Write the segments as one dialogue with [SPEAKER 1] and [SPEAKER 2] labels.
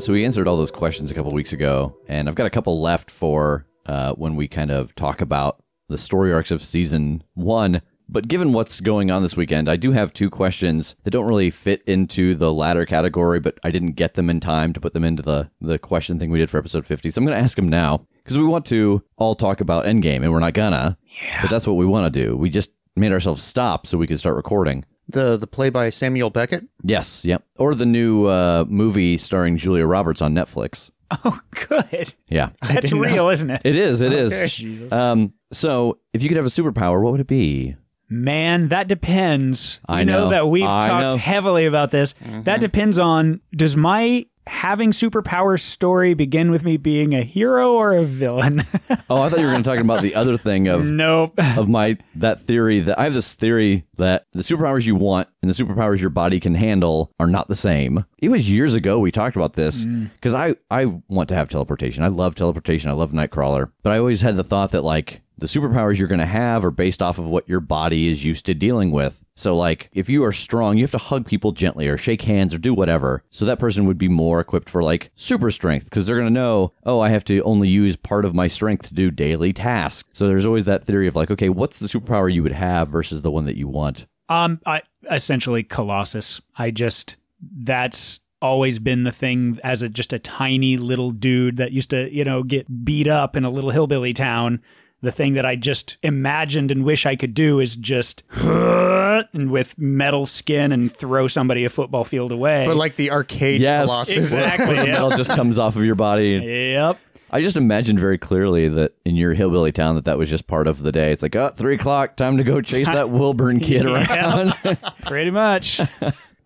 [SPEAKER 1] So we answered all those questions a couple weeks ago, and I've got a couple left for uh, when we kind of talk about the story arcs of season one. But given what's going on this weekend, I do have two questions that don't really fit into the latter category, but I didn't get them in time to put them into the the question thing we did for episode fifty. So I'm going to ask them now because we want to all talk about Endgame, and we're not gonna. Yeah. But that's what we want to do. We just made ourselves stop so we could start recording.
[SPEAKER 2] The the play by Samuel Beckett.
[SPEAKER 1] Yes, yep. Or the new uh, movie starring Julia Roberts on Netflix.
[SPEAKER 3] Oh, good.
[SPEAKER 1] Yeah.
[SPEAKER 3] That's
[SPEAKER 2] didn't
[SPEAKER 3] real, isn't it?
[SPEAKER 1] It is. It is.
[SPEAKER 3] Jesus.
[SPEAKER 1] Um, so, if you could have a superpower, what would it be?
[SPEAKER 3] Man, that depends.
[SPEAKER 1] I
[SPEAKER 3] you know,
[SPEAKER 1] know.
[SPEAKER 3] that we've
[SPEAKER 1] I
[SPEAKER 3] talked
[SPEAKER 1] know. Mm-hmm.
[SPEAKER 3] heavily about this. That depends on does my having superpowers story begin with me being a hero or a villain?
[SPEAKER 1] Oh, I thought you were going to talk about the other thing of
[SPEAKER 3] nope.
[SPEAKER 1] of my that theory that I have this theory that the superpowers you want and the superpowers your body can handle are not the same. It was years ago we talked about this because I I want to have teleportation. I love teleportation. I love Nightcrawler, but I always had the thought that like the superpowers you're going to have are based off of what your body is used to dealing with. So like if you are strong, you have to hug people gently or shake hands or do whatever. So that person would be more equipped for like super strength because they're going to know, oh, I have to only use part of my strength to do daily tasks. So there's always that theory of like, okay, what's the superpower you would have versus the one that you want?
[SPEAKER 3] Um, I essentially Colossus. I just that's always been the thing as a just a tiny little dude that used to you know get beat up in a little hillbilly town. The thing that I just imagined and wish I could do is just and with metal skin and throw somebody a football field away.
[SPEAKER 2] But like the arcade
[SPEAKER 1] Yes.
[SPEAKER 2] Colossus.
[SPEAKER 3] exactly.
[SPEAKER 1] The
[SPEAKER 3] yep.
[SPEAKER 1] metal just comes off of your body.
[SPEAKER 3] yep.
[SPEAKER 1] I just imagined very clearly that in your hillbilly town that that was just part of the day. It's like, oh, three o'clock, time to go chase that Wilburn kid around.
[SPEAKER 3] Pretty much.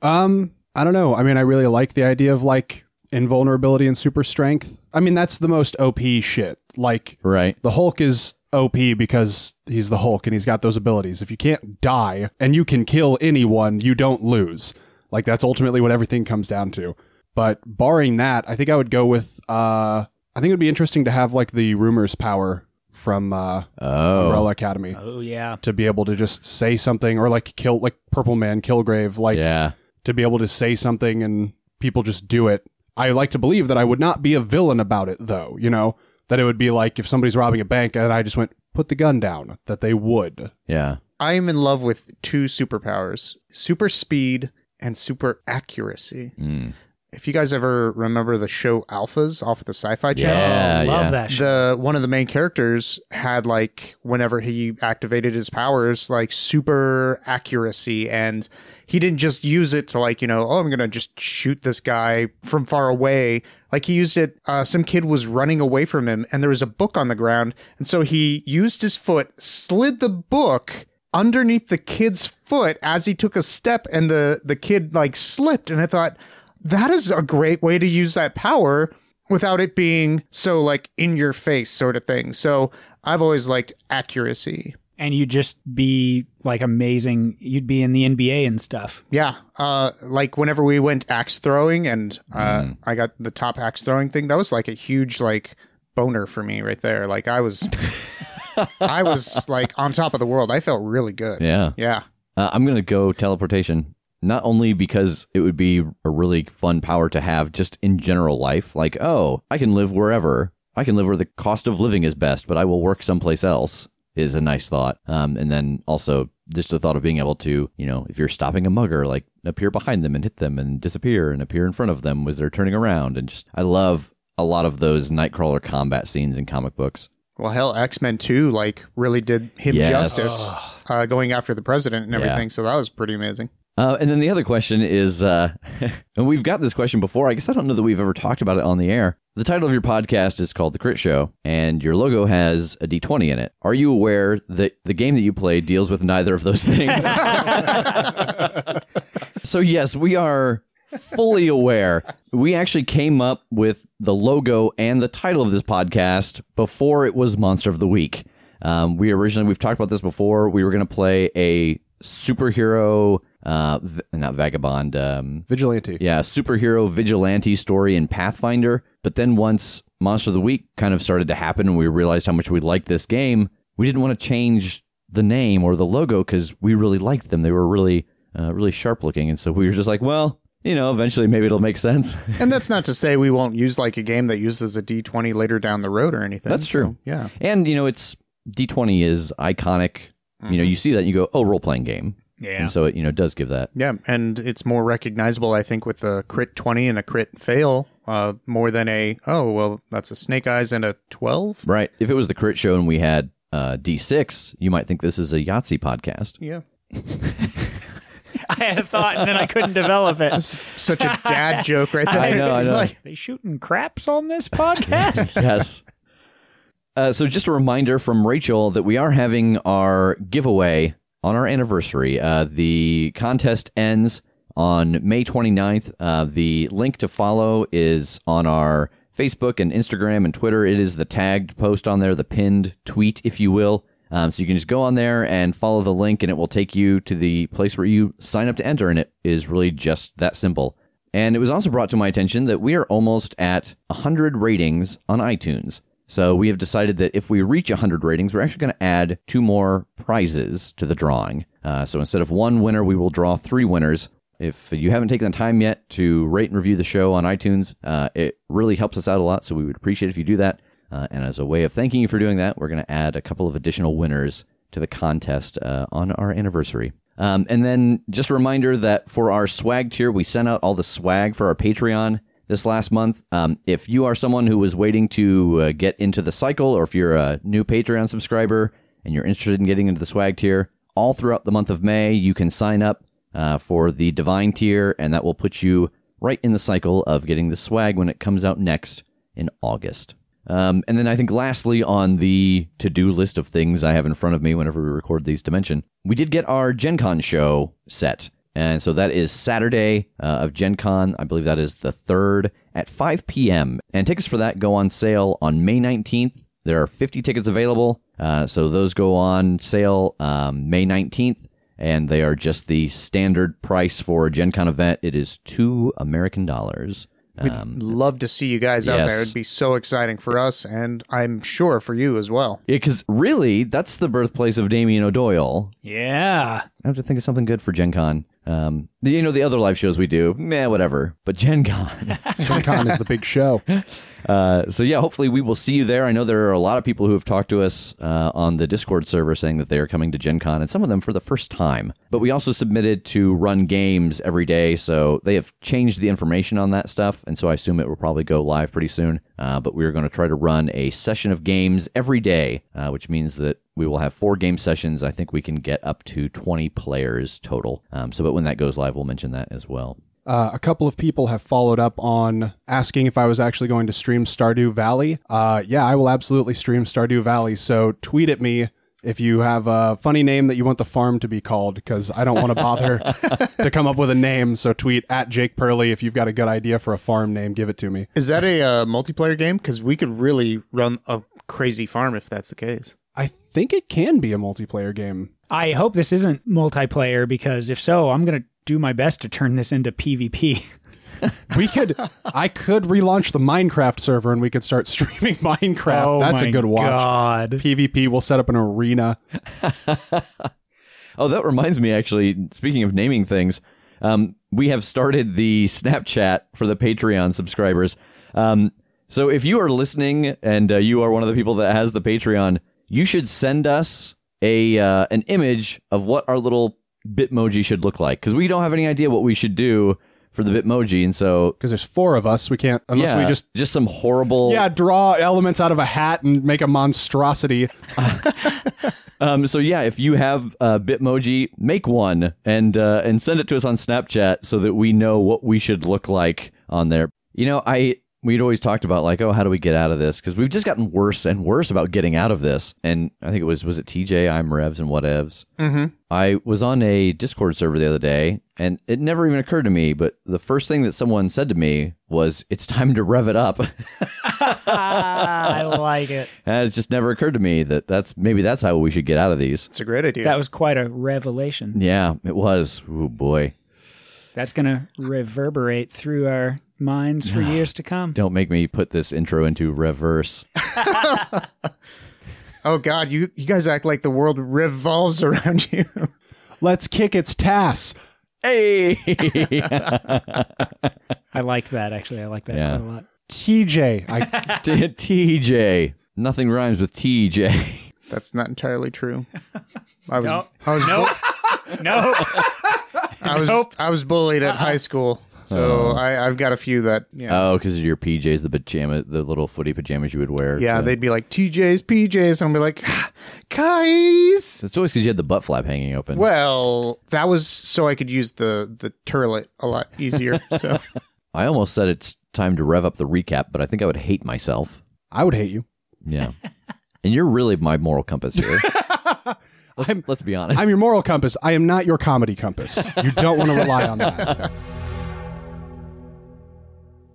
[SPEAKER 4] Um, I don't know. I mean, I really like the idea of like invulnerability and super strength. I mean, that's the most OP shit. Like
[SPEAKER 1] right.
[SPEAKER 4] the Hulk is OP because he's the Hulk and he's got those abilities. If you can't die and you can kill anyone, you don't lose. Like that's ultimately what everything comes down to. But barring that, I think I would go with uh I think it would be interesting to have like the rumors power from uh Umbrella Academy
[SPEAKER 3] Oh yeah.
[SPEAKER 4] to be able to just say something or like kill like Purple Man Killgrave like
[SPEAKER 1] Oh, Yeah.
[SPEAKER 4] to be able to say something and people just do it. I like to believe that I would not be a villain about it, though, you know, that it would be like if somebody's robbing a bank and I just went, put the gun down, that they would.
[SPEAKER 1] Yeah.
[SPEAKER 2] I am in love with two superpowers: super speed and super accuracy.
[SPEAKER 1] Mm.
[SPEAKER 2] If you guys ever remember the show Alphas off of the Sci-Fi Channel,
[SPEAKER 1] Yeah,
[SPEAKER 3] oh, love
[SPEAKER 1] yeah.
[SPEAKER 3] that. shit.
[SPEAKER 2] the one of the main characters had like whenever he activated his powers, like super accuracy, and he didn't just use it to like you know, oh, I'm gonna just shoot this guy from far away. Like he used it. Uh, some kid was running away from him, and there was a book on the ground, and so he used his foot, slid the book underneath the kid's foot as he took a step, and the the kid like slipped, and I thought. That is a great way to use that power without it being so like in your face sort of thing. So I've always liked accuracy.
[SPEAKER 3] and you'd just be like amazing. You'd be in the NBA and stuff.
[SPEAKER 2] Yeah, uh, like whenever we went axe throwing and uh,
[SPEAKER 1] Mm.
[SPEAKER 2] I got the top axe throwing thing, that was like a huge like boner for me right there. Like I was, I was like on top of the world. I felt really good.
[SPEAKER 1] Yeah.
[SPEAKER 2] yeah.
[SPEAKER 1] Uh, I'm going to go teleportation. Not only because it would be a really fun power to have just in general life, like, oh, I can live wherever. I can live where the cost of living is best, but I will work someplace else is a nice thought. Um, and then also just the thought of being able to, you know, if you're stopping a mugger, like appear behind them and hit them and disappear and appear in front of them as they're turning around. And just, I love a lot of those Nightcrawler combat scenes in comic books.
[SPEAKER 2] Well, hell, X Men Two like really did him
[SPEAKER 1] Yes.
[SPEAKER 2] justice, uh, going after the president and
[SPEAKER 1] Yeah.
[SPEAKER 2] everything. So that was pretty amazing.
[SPEAKER 1] Uh, and then the other question is, uh, and we've got this question before. I guess I don't know that we've ever talked about it on the air. The title of your podcast is called The Crit Show, and your logo has a D20 in it. Are you aware that the game that you play deals with neither of those things? so, yes, we are fully aware. We actually came up with the logo and the title of this podcast before it was Monster of the Week. Um, we originally we've talked about this before. We were going to play a superhero, uh, v- not vagabond. Um,
[SPEAKER 4] Vigilante.
[SPEAKER 1] yeah, superhero vigilante story in Pathfinder. But then once Monster of the Week kind of started to happen, and we realized how much we liked this game, we didn't want to change the name or the logo because we really liked them. They were really, uh, really sharp looking, and so we were just like, well, you know, eventually maybe it'll make sense.
[SPEAKER 2] And that's not to say we won't use like a game that uses a D twenty later down the road or anything.
[SPEAKER 1] That's
[SPEAKER 2] So,
[SPEAKER 1] true.
[SPEAKER 2] yeah.
[SPEAKER 1] and you know, it's D20 is iconic. You know, you see that and you go, oh, role playing game,
[SPEAKER 3] Yeah.
[SPEAKER 1] and so it you know does give that.
[SPEAKER 2] Yeah, and it's more recognizable, I think, with a crit twenty and a crit fail, uh, more than a oh well, that's a snake eyes and a twelve.
[SPEAKER 1] Right. If it was the crit show and we had uh, D6, you might think this is a Yahtzee podcast.
[SPEAKER 2] Yeah,
[SPEAKER 3] I had a thought and then I couldn't develop it.
[SPEAKER 2] that's such a dad joke right there.
[SPEAKER 1] I know, I
[SPEAKER 2] It's
[SPEAKER 1] know.
[SPEAKER 2] like-
[SPEAKER 3] They shooting craps on this podcast?
[SPEAKER 1] yes. Uh, so, just a reminder from Rachel that we are having our giveaway on our anniversary. Uh, the contest ends on May 29th. Uh, the link to follow is on our Facebook and Instagram and Twitter. It is the tagged post on there, the pinned tweet, if you will. Um, so, you can just go on there and follow the link, and it will take you to the place where you sign up to enter. And it is really just that simple. And it was also brought to my attention that we are almost at 100 ratings on iTunes. So we have decided that if we reach 100 ratings, we're actually going to add two more prizes to the drawing. Uh, so instead of one winner, we will draw three winners. If you haven't taken the time yet to rate and review the show on iTunes, uh, it really helps us out a lot. So we would appreciate if you do that. Uh, and as a way of thanking you for doing that, we're going to add a couple of additional winners to the contest uh, on our anniversary. Um, and then just a reminder that for our swag tier, we sent out all the swag for our Patreon this last month. Um, if you are someone who was waiting to uh, get into the cycle, or if you're a new Patreon subscriber and you're interested in getting into the swag tier, all throughout the month of May, you can sign up uh, for the Divine tier, and that will put you right in the cycle of getting the swag when it comes out next in August. Um, and then I think lastly on the to-do list of things I have in front of me whenever we record these to mention, we did get our Gen Con show set. And so that is Saturday uh, of Gen Con. I believe that is the 3rd at 5 p.m. And tickets for that go on sale on May 19th. There are 50 tickets available. Uh, so those go on sale um, May 19th. And they are just the standard price for a Gen Con event. It is two American dollars. Uh,
[SPEAKER 2] We'd love to see you guys out there.
[SPEAKER 1] Um, yes.
[SPEAKER 2] It'd be so exciting for us, and I'm sure for you as well.
[SPEAKER 1] Yeah, because really, that's the birthplace of Damien O'Doyle.
[SPEAKER 3] yeah.
[SPEAKER 1] I have to think of something good for Gen Con. Um, the- you know, the other live shows we do, meh, whatever. But Gen Con.
[SPEAKER 4] Gen Con is the big show.
[SPEAKER 1] uh, so, yeah, hopefully we will see you there. I know there are a lot of people who have talked to us uh, on the Discord server saying that they are coming to Gen Con, and some of them for the first time. But we also submitted to run games every day, so they have changed the information on that stuff. And so I assume it will probably go live pretty soon. Uh, but we are going to try to run a session of games every day, uh, which means that we will have four game sessions. I think we can get up to 20 players total. Um, so, but when that goes live, we'll mention that as well.
[SPEAKER 4] Uh, a couple of people have followed up on asking if I was actually going to stream Stardew Valley. Uh, yeah, I will absolutely stream Stardew Valley. So tweet at me if you have a funny name that you want the farm to be called, because I don't want to bother to come up with a name. So tweet at Jake Purley if you've got a good idea for a farm name. Give it to me.
[SPEAKER 2] Is that a uh, multiplayer game? Because we could really run a crazy farm if that's the case.
[SPEAKER 4] I think it can be a multiplayer game.
[SPEAKER 3] I hope this isn't multiplayer because if so, I'm going to do my best to turn this into PvP.
[SPEAKER 4] We could, I could relaunch the Minecraft server and we could start streaming Minecraft.
[SPEAKER 3] Oh
[SPEAKER 4] That's
[SPEAKER 3] my
[SPEAKER 4] a good watch.
[SPEAKER 3] God.
[SPEAKER 4] PvP, we'll set up an arena.
[SPEAKER 1] Oh, that reminds me, actually, speaking of naming things, um, we have started the Snapchat for the Patreon subscribers. Um, so if you are listening and uh, you are one of the people that has the Patreon, you should send us a uh, an image of what our little Bitmoji should look like because we don't have any idea what we should do for the Bitmoji, and so
[SPEAKER 4] because there's four of us. We can't unless
[SPEAKER 1] yeah,
[SPEAKER 4] we just
[SPEAKER 1] just some horrible.
[SPEAKER 4] yeah draw elements out of a hat and make a monstrosity.
[SPEAKER 1] Um. So yeah, if you have uh, Bitmoji, make one and uh, and send it to us on Snapchat so that we know what we should look like on there. You know, I we'd always talked about like, oh, how do we get out of this? Because we've just gotten worse and worse about getting out of this. And I think it was was it TJ, I'm Revs, and whatevs.
[SPEAKER 2] Mm-hmm.
[SPEAKER 1] I was on a Discord server the other day, and it never even occurred to me. But the first thing that someone said to me was, "It's time to rev it up."
[SPEAKER 3] I like it.
[SPEAKER 1] And it just never occurred to me that that's maybe that's how we should get out of these.
[SPEAKER 2] It's a great idea.
[SPEAKER 3] That was quite a revelation.
[SPEAKER 1] Yeah, it was. Oh boy,
[SPEAKER 3] That's going to reverberate through our minds for years to come.
[SPEAKER 1] don't make me put this intro into reverse.
[SPEAKER 2] oh God, you you guys act like the world revolves around you.
[SPEAKER 4] Let's kick its tass.
[SPEAKER 1] Hey,
[SPEAKER 3] I like that, actually. I like that
[SPEAKER 1] Yeah.
[SPEAKER 3] quite a lot.
[SPEAKER 4] TJ, I,
[SPEAKER 1] TJ. Nothing rhymes with TJ.
[SPEAKER 2] That's not entirely true. I was
[SPEAKER 3] No.
[SPEAKER 2] I was bu-
[SPEAKER 3] No.
[SPEAKER 2] I was I was bullied at high school, so I, I've got a few that yeah
[SPEAKER 1] Oh, because your PJs, the pajama, the little footy pajamas you would wear.
[SPEAKER 2] yeah
[SPEAKER 1] to-
[SPEAKER 2] they'd be like TJ's PJs, and I'd be like "Ah, guys.
[SPEAKER 1] it's always because you had the butt flap hanging open.
[SPEAKER 2] Well, that was so I could use the the turlet a lot easier. So
[SPEAKER 1] I almost said it's time to rev up the recap, but I think I would hate myself.
[SPEAKER 4] I would hate you.
[SPEAKER 1] Yeah. and you're really my moral compass here. let's,
[SPEAKER 4] I'm-
[SPEAKER 1] let's be honest.
[SPEAKER 4] I'm your moral compass. I am not your comedy compass. You don't want to rely on that.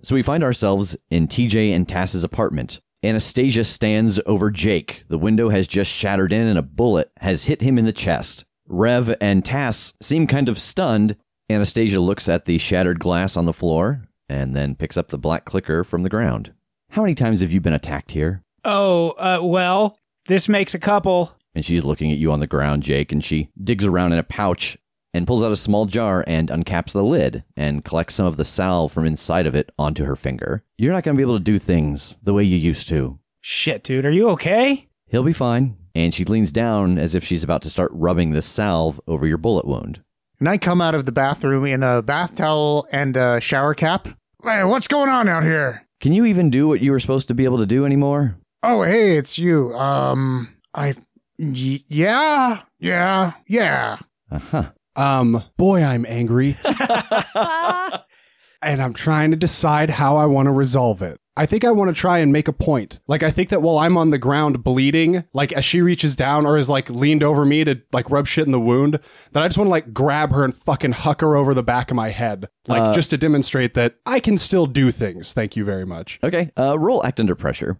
[SPEAKER 1] so we find ourselves in TJ and Tass's apartment. Anastasia stands over Jake. The window has just shattered in and a bullet has hit him in the chest. Rev and Tass seem kind of stunned. Anastasia looks at the shattered glass on the floor and then picks up the black clicker from the ground. How many times have you been attacked here?
[SPEAKER 3] oh, uh, well, this makes a couple.
[SPEAKER 1] and she's looking at you on the ground, Jake, and she digs around in a pouch and pulls out a small jar and uncaps the lid and collects some of the salve from inside of it onto her finger. You're not going to be able to do things the way you used to.
[SPEAKER 3] Shit, dude. Are you okay?
[SPEAKER 1] He'll be fine. And she leans down as if she's about to start rubbing the salve over your bullet wound.
[SPEAKER 2] and I come out of the bathroom in a bath towel and a shower cap. Hey, what's going on out here?
[SPEAKER 1] Can you even do what you were supposed to be able to do anymore?
[SPEAKER 2] Oh, hey, it's you. Um, I, y- yeah, yeah, yeah.
[SPEAKER 1] Uh huh.
[SPEAKER 4] Um, boy, I'm angry. and I'm trying to decide how I want to resolve it. I think I want to try and make a point. Like I think that while I'm on the ground bleeding, like as she reaches down or is like leaned over me to like rub shit in the wound, that I just want to like grab her and fucking huck her over the back of my head, like
[SPEAKER 1] Uh,
[SPEAKER 4] just to demonstrate that I can still do things. Thank you very much,
[SPEAKER 1] Okay. Uh, roll act under pressure.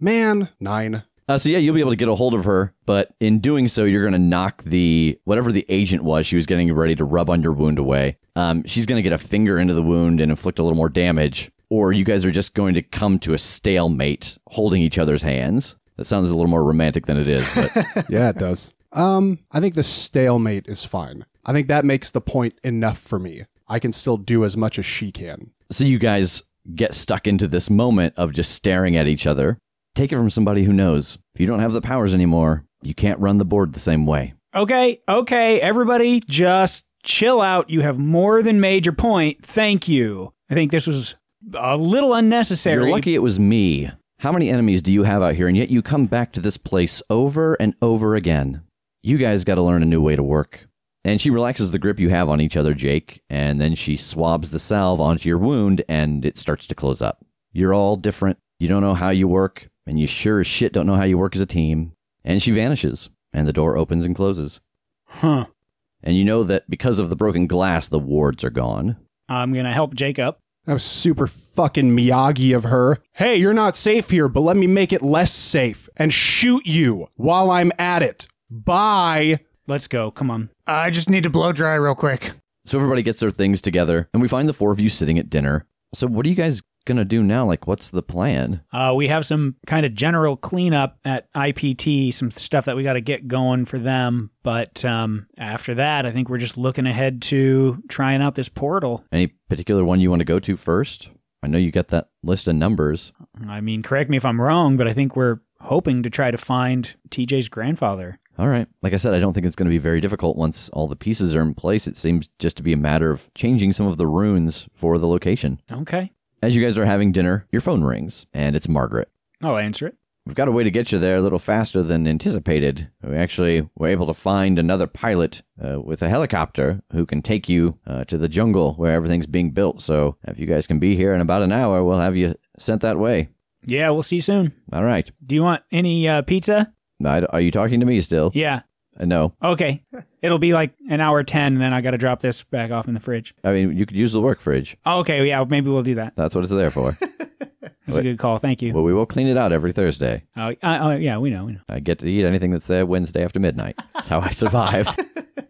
[SPEAKER 4] man. Nine.
[SPEAKER 1] Uh, so yeah, you'll be able to get a hold of her, but in doing so, you're going to knock the whatever the agent was she was getting ready to rub on your wound away. Um, she's going to get a finger into the wound and inflict a little more damage, or you guys are just going to come to a stalemate, holding each other's hands. That sounds a little more romantic than it is, but
[SPEAKER 4] yeah, it does. Um, I think the stalemate is fine. I think that makes the point enough for me. I can still do as much as she can.
[SPEAKER 1] so you guys get stuck into this moment of just staring at each other. Take it from somebody who knows. If you don't have the powers anymore, you can't run the board the same way.
[SPEAKER 3] okay, okay, everybody just chill out. You have more than made your point. Thank you. I think this was a little unnecessary.
[SPEAKER 1] You're lucky it was me. How many enemies do you have out here, and yet you come back to this place over and over again? You guys got to learn a new way to work. And she relaxes the grip you have on each other, Jake, and then she swabs the salve onto your wound, and it starts to close up. You're all different. You don't know how you work, and you sure as shit don't know how you work as a team. And she vanishes, and the door opens and closes.
[SPEAKER 3] Huh.
[SPEAKER 1] And you know that because of the broken glass, the wards are gone.
[SPEAKER 3] I'm going to help Jacob.
[SPEAKER 4] That was super fucking Miyagi of her. Hey, you're not safe here, but let me make it less safe and shoot you while I'm at it. Bye.
[SPEAKER 3] Let's go. Come on.
[SPEAKER 2] I just need to blow dry real quick.
[SPEAKER 1] So everybody gets their things together, and we find the four of you sitting at dinner. So what are you guys gonna do now? Like, what's the plan?
[SPEAKER 3] Uh, we have some kind of general cleanup at IPT, some stuff that we got to get going for them. But um, after that, I think we're just looking ahead to trying out this portal.
[SPEAKER 1] Any particular one you want to go to first? I know you got that list of numbers.
[SPEAKER 3] I mean, correct me if I'm wrong, but I think we're hoping to try to find TJ's grandfather.
[SPEAKER 1] All right. Like I said, I don't think it's going to be very difficult once all the pieces are in place. It seems just to be a matter of changing some of the runes for the location.
[SPEAKER 3] Okay.
[SPEAKER 1] As you guys are having dinner, your phone rings, and it's Margaret.
[SPEAKER 3] I'll answer it.
[SPEAKER 1] We've got a way to get you there a little faster than anticipated. We actually were able to find another pilot uh, with a helicopter who can take you uh, to the jungle where everything's being built. So if you guys can be here in about an hour, we'll have you sent that way.
[SPEAKER 3] Yeah, we'll see you soon.
[SPEAKER 1] All right.
[SPEAKER 3] Do you want any uh, pizza?
[SPEAKER 1] I, are you talking to me still?
[SPEAKER 3] Yeah.
[SPEAKER 1] Uh, no.
[SPEAKER 3] Okay. It'll be like an hour 10, and then I got to drop this back off in the fridge. Oh,
[SPEAKER 1] I mean, you could use the work fridge.
[SPEAKER 3] Okay. Yeah, maybe we'll do that.
[SPEAKER 1] That's what it's there for.
[SPEAKER 3] That's a good call. Thank you.
[SPEAKER 1] well, we will clean it out every Thursday.
[SPEAKER 3] Oh, uh, oh, yeah, we know. We know.
[SPEAKER 1] I get to eat anything that's there Wednesday after midnight. That's how I survive.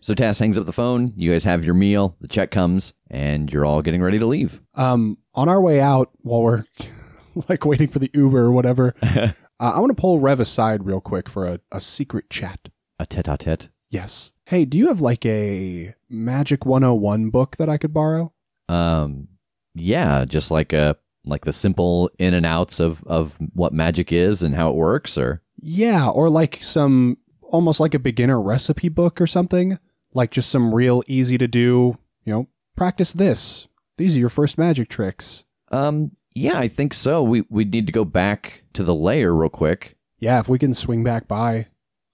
[SPEAKER 1] so Tass hangs up the phone. You guys have your meal. The check comes, and you're all getting ready to leave.
[SPEAKER 4] Um, on our way out, while we're like waiting for the Uber or whatever, uh, I want to pull Rev aside real quick for a, a secret chat.
[SPEAKER 1] A tete-a-tete.
[SPEAKER 4] Yes. Hey, do you have like a Magic 101 book that I could borrow?
[SPEAKER 1] Um, yeah, just like a like the simple in and outs of of what magic is and how it works, or
[SPEAKER 4] Yeah, or like some almost like a beginner recipe book or something. Like just some real easy to do, you know, practice this. These are your first magic tricks.
[SPEAKER 1] um, yeah, I think so. We we need to go back to the layer real quick.
[SPEAKER 4] Yeah, if we can swing back by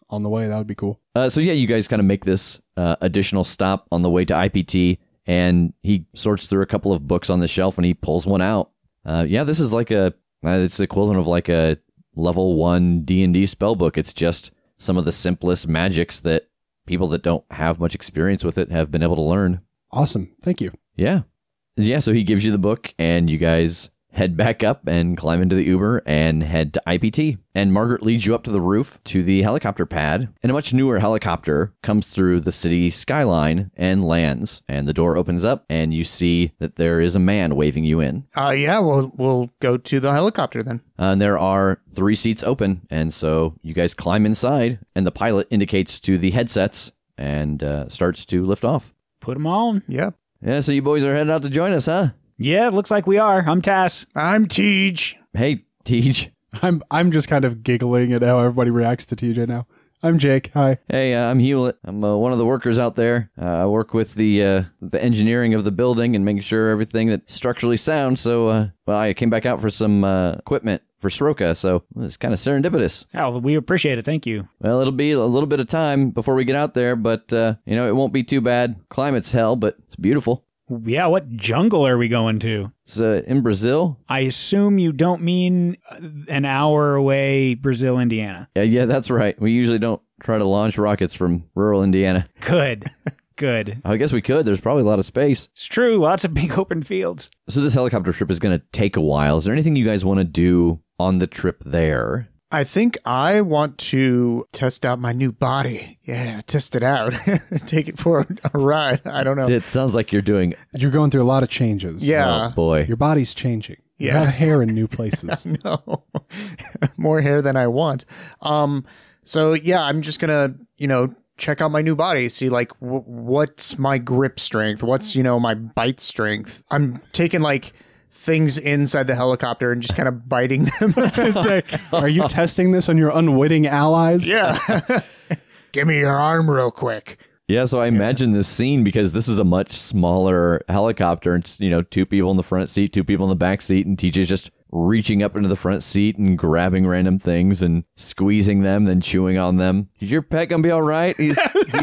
[SPEAKER 4] on the way, that would be cool.
[SPEAKER 1] Uh, so yeah, you guys kind of make this uh, additional stop on the way to IPT, and he sorts through a couple of books on the shelf, and he pulls one out. Uh, yeah, this is like a uh, it's the equivalent of like a level one D and D spell book. It's just some of the simplest magics that people that don't have much experience with it have been able to learn.
[SPEAKER 4] Awesome. Thank you.
[SPEAKER 1] Yeah, yeah. So he gives you the book, and you guys head back up and climb into the Uber and head to IPT. And Margaret leads you up to the roof to the helicopter pad, and a much newer helicopter comes through the city skyline and lands. And the door opens up, and you see that there is a man waving you in.
[SPEAKER 2] Uh, yeah, we'll we'll go to the helicopter then.
[SPEAKER 1] Uh, and there are three seats open, and so you guys climb inside, and the pilot indicates to the headsets and uh, starts to lift off.
[SPEAKER 3] Put them on.
[SPEAKER 2] Yeah,
[SPEAKER 1] Yeah, so you boys are headed out to join us, huh?
[SPEAKER 3] Yeah, it looks like we are. I'm Tass.
[SPEAKER 2] I'm Tej.
[SPEAKER 1] Hey, Teej.
[SPEAKER 4] I'm I'm just kind of giggling at how everybody reacts to TJ now. I'm Jake. Hi.
[SPEAKER 1] Hey, uh, I'm Hewlett. I'm uh, one of the workers out there. Uh, I work with the uh, the engineering of the building and making sure everything that structurally sound. So, uh, well, I came back out for some uh, equipment for Sroka, so it's kind of serendipitous.
[SPEAKER 3] Oh, we appreciate it. Thank you.
[SPEAKER 1] Well, it'll be a little bit of time before we get out there, but uh, you know it won't be too bad. Climate's hell, but it's beautiful.
[SPEAKER 3] Yeah, what jungle are we going to?
[SPEAKER 1] It's uh, in Brazil.
[SPEAKER 3] I assume you don't mean uh, an hour away, Brazil, Indiana.
[SPEAKER 1] Yeah, yeah, that's right. We usually don't try to launch rockets from rural Indiana.
[SPEAKER 3] Good. Good.
[SPEAKER 1] I guess we could. There's probably a lot of space.
[SPEAKER 3] It's true. Lots of big open fields.
[SPEAKER 1] So this helicopter trip is going to take a while. Is there anything you guys want to do on the trip there?
[SPEAKER 2] I think I want to test out my new body. Yeah, test it out. Take it for a ride. I don't know.
[SPEAKER 1] It sounds like you're doing.
[SPEAKER 4] You're going through a lot of changes.
[SPEAKER 1] oh
[SPEAKER 2] yeah.
[SPEAKER 1] boy.
[SPEAKER 4] Your body's changing. You
[SPEAKER 2] Yeah.
[SPEAKER 4] got hair in new places.
[SPEAKER 2] no. More hair than I want. Um so yeah, I'm just going to, you know, check out my new body, see like w- what's my grip strength, what's, you know, my bite strength. I'm taking like things inside the helicopter and just kind of biting them.
[SPEAKER 4] Are you testing this on your unwitting allies?
[SPEAKER 2] yeah. Give me your arm real quick.
[SPEAKER 1] Yeah, so I imagine this scene because this is a much smaller helicopter. and It's you know two people in the front seat, two people in the back seat, and teacher's just reaching up into the front seat and grabbing random things and squeezing them, then chewing on them. Is your pet gonna be all right? Is- is he-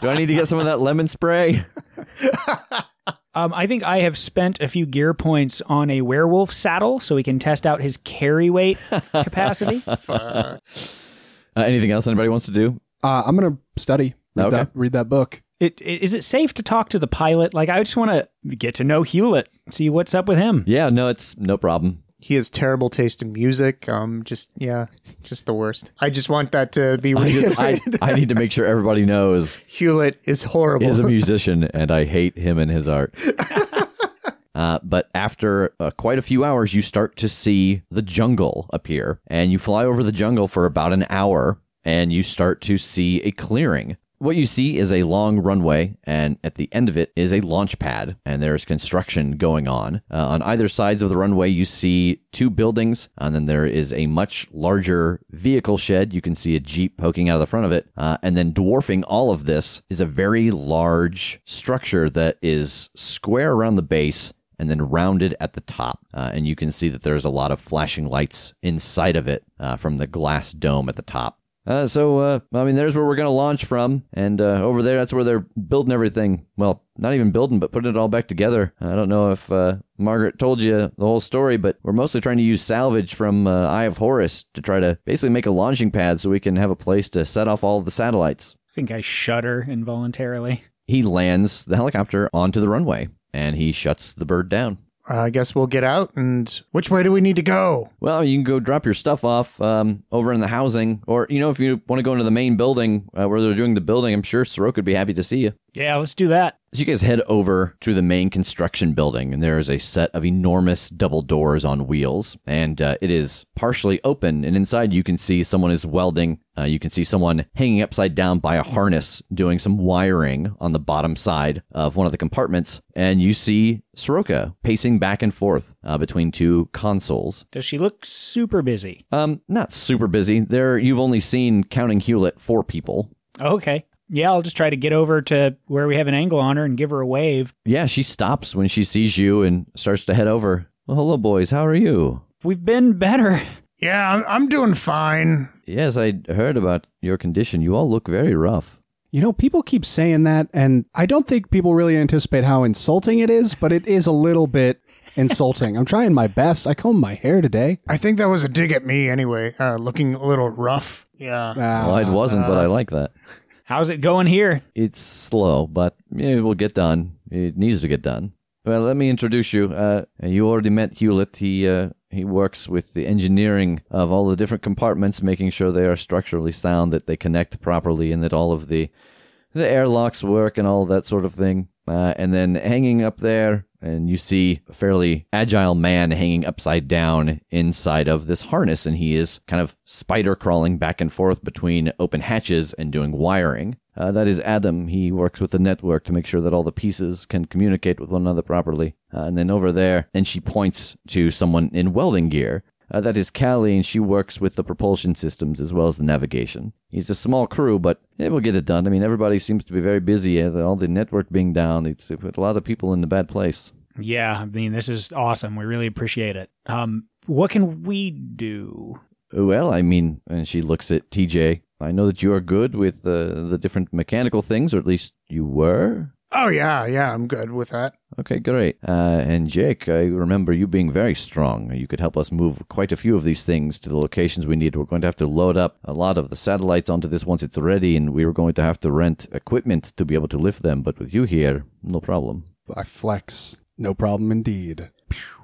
[SPEAKER 1] do I need to get some of that lemon spray?
[SPEAKER 3] Um, I think I have spent a few gear points on a werewolf saddle so we can test out his carry weight capacity.
[SPEAKER 1] Uh, anything else anybody wants to do?
[SPEAKER 4] Uh, I'm gonna study. Read
[SPEAKER 1] Okay.
[SPEAKER 4] that. Read that book.
[SPEAKER 3] It, it, is it safe to talk to the pilot? Like, I just want to get to know Hewlett, see what's up with him.
[SPEAKER 1] Yeah, no, it's no problem.
[SPEAKER 2] He has terrible taste in music. Um just yeah, just the worst. I just want that to be
[SPEAKER 1] I,
[SPEAKER 2] reiterated.
[SPEAKER 1] just, I, I need to make sure everybody knows
[SPEAKER 2] Hewlett is horrible.
[SPEAKER 1] is a musician, and I hate him and his art. Uh, but after uh, quite a few hours, you start to see the jungle appear, and you fly over the jungle for about an hour, and you start to see a clearing. What you see is a long runway, and at the end of it is a launch pad, and there's construction going on. Uh, on either sides of the runway, you see two buildings, and then there is a much larger vehicle shed. You can see a Jeep poking out of the front of it. Uh, and then dwarfing all of this is a very large structure that is square around the base and then rounded at the top. Uh, and you can see that there's a lot of flashing lights inside of it uh, from the glass dome at the top. Uh, so, uh, I mean, there's where we're going to launch from. And uh, over there, that's where they're building everything. Well, not even building, but putting it all back together. I don't know if uh, Margaret told you the whole story, but we're mostly trying to use salvage from uh, Eye of Horus to try to basically make a launching pad so we can have a place to set off all of the satellites.
[SPEAKER 3] I think I shudder involuntarily.
[SPEAKER 1] He lands the helicopter onto the runway and he shuts the bird down.
[SPEAKER 2] Uh, I guess we'll get out. And which way do we need to go?
[SPEAKER 1] Well, you can go drop your stuff off um, over in the housing, or you know, if you want to go into the main building uh, where they're doing the building, I'm sure Soroka would be happy to see you.
[SPEAKER 3] Yeah, let's do that.
[SPEAKER 1] So you guys head over to the main construction building, and there is a set of enormous double doors on wheels, and uh, it is partially open. And inside, you can see someone is welding. Uh, you can see someone hanging upside down by a harness doing some wiring on the bottom side of one of the compartments, and you see Soroka pacing back and forth uh, between two consoles.
[SPEAKER 3] Does she look super busy?
[SPEAKER 1] Um, not super busy. There, you've only seen counting Hewlett four people.
[SPEAKER 3] Okay. Yeah, I'll just try to get over to where we have an angle on her and give her a wave.
[SPEAKER 1] Yeah, she stops when she sees you and starts to head over. Well, hello, boys. How are you?
[SPEAKER 3] We've been better.
[SPEAKER 2] Yeah, I'm, I'm doing fine.
[SPEAKER 1] Yes, I heard about your condition. You all look very rough.
[SPEAKER 4] You know, people keep saying that, and I don't think people really anticipate how insulting it is, but it is a little bit insulting. I'm trying my best. I combed my hair today.
[SPEAKER 2] I think that was a dig at me anyway, uh, looking a little rough. Yeah.
[SPEAKER 4] Ah,
[SPEAKER 1] Well, it wasn't, but I like that.
[SPEAKER 3] How's it going here?
[SPEAKER 1] It's slow, but it will get done. It needs to get done. Well, let me introduce you. Uh, you already met Hewlett. He uh, he works with the engineering of all the different compartments, making sure they are structurally sound, that they connect properly, and that all of the the airlocks work and all that sort of thing. Uh, and then hanging up there, and you see a fairly agile man hanging upside down inside of this harness, and he is kind of spider crawling back and forth between open hatches and doing wiring. Uh, that is Adam. He works with the network to make sure that all the pieces can communicate with one another properly. Uh, and then over there, and she points to someone in welding gear. Uh, that is Callie, and she works with the propulsion systems as well as the navigation. He's a small crew, but it will get it done. I mean, everybody seems to be very busy. uh, All the network being down, it's it put a lot of people in a bad place.
[SPEAKER 3] Yeah, I mean, this is awesome. We really appreciate it. Um, what can we do?
[SPEAKER 1] Well, I mean, and she looks at TJ. I know that you are good with uh, the different mechanical things, or at least you were.
[SPEAKER 2] Oh, yeah, yeah, I'm good with that.
[SPEAKER 1] Okay, great. Uh, and Jake, I remember you being very strong. You could help us move quite a few of these things to the locations we need. We're going to have to load up a lot of the satellites onto this once it's ready, and we were going to have to rent equipment to be able to lift them. But with you here, no problem.
[SPEAKER 4] I flex. No problem indeed.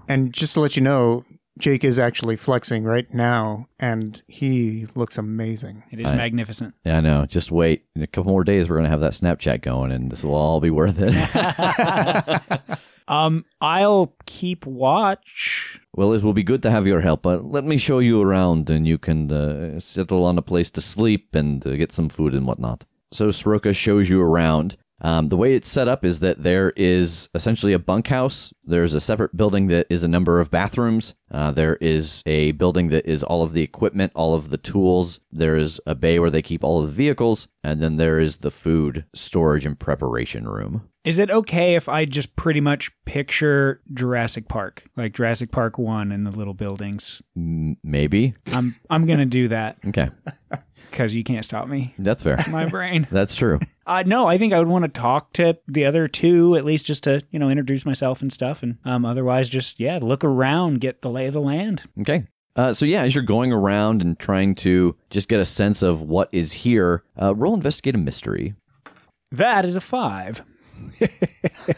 [SPEAKER 2] And just to let you know, Jake is actually flexing right now, and he looks amazing.
[SPEAKER 3] It is
[SPEAKER 1] I-
[SPEAKER 3] magnificent.
[SPEAKER 1] Yeah, I know. Just wait. In a couple more days, we're going to have that Snapchat going, and this will all be worth it.
[SPEAKER 3] Um, I'll keep watch.
[SPEAKER 1] Well, it will be good to have your help. Uh, let me show you around, and you can uh, settle on a place to sleep and uh, get some food and whatnot. So Soroka shows you around. Um, the way it's set up is that there is essentially a bunkhouse. There's a separate building that is a number of bathrooms. Uh, there is a building that is all of the equipment, all of the tools. There is a bay where they keep all of the vehicles, and then there is the food storage and preparation room.
[SPEAKER 3] Is it okay if I just pretty much picture Jurassic Park, like Jurassic Park 1 and the little buildings?
[SPEAKER 1] M- maybe.
[SPEAKER 3] I'm I'm going to do that
[SPEAKER 1] Okay,
[SPEAKER 3] cuz you can't stop me.
[SPEAKER 1] that's fair.
[SPEAKER 3] My brain.
[SPEAKER 1] That's true.
[SPEAKER 3] Uh, no, I think I would want to talk to the other two at least, just to you know introduce myself and stuff, and um, otherwise just yeah, look around, get the lay of the land.
[SPEAKER 1] Okay. Uh, so yeah, as you're going around and trying to just get a sense of what is here, uh, roll investigate a mystery.
[SPEAKER 3] That is a five.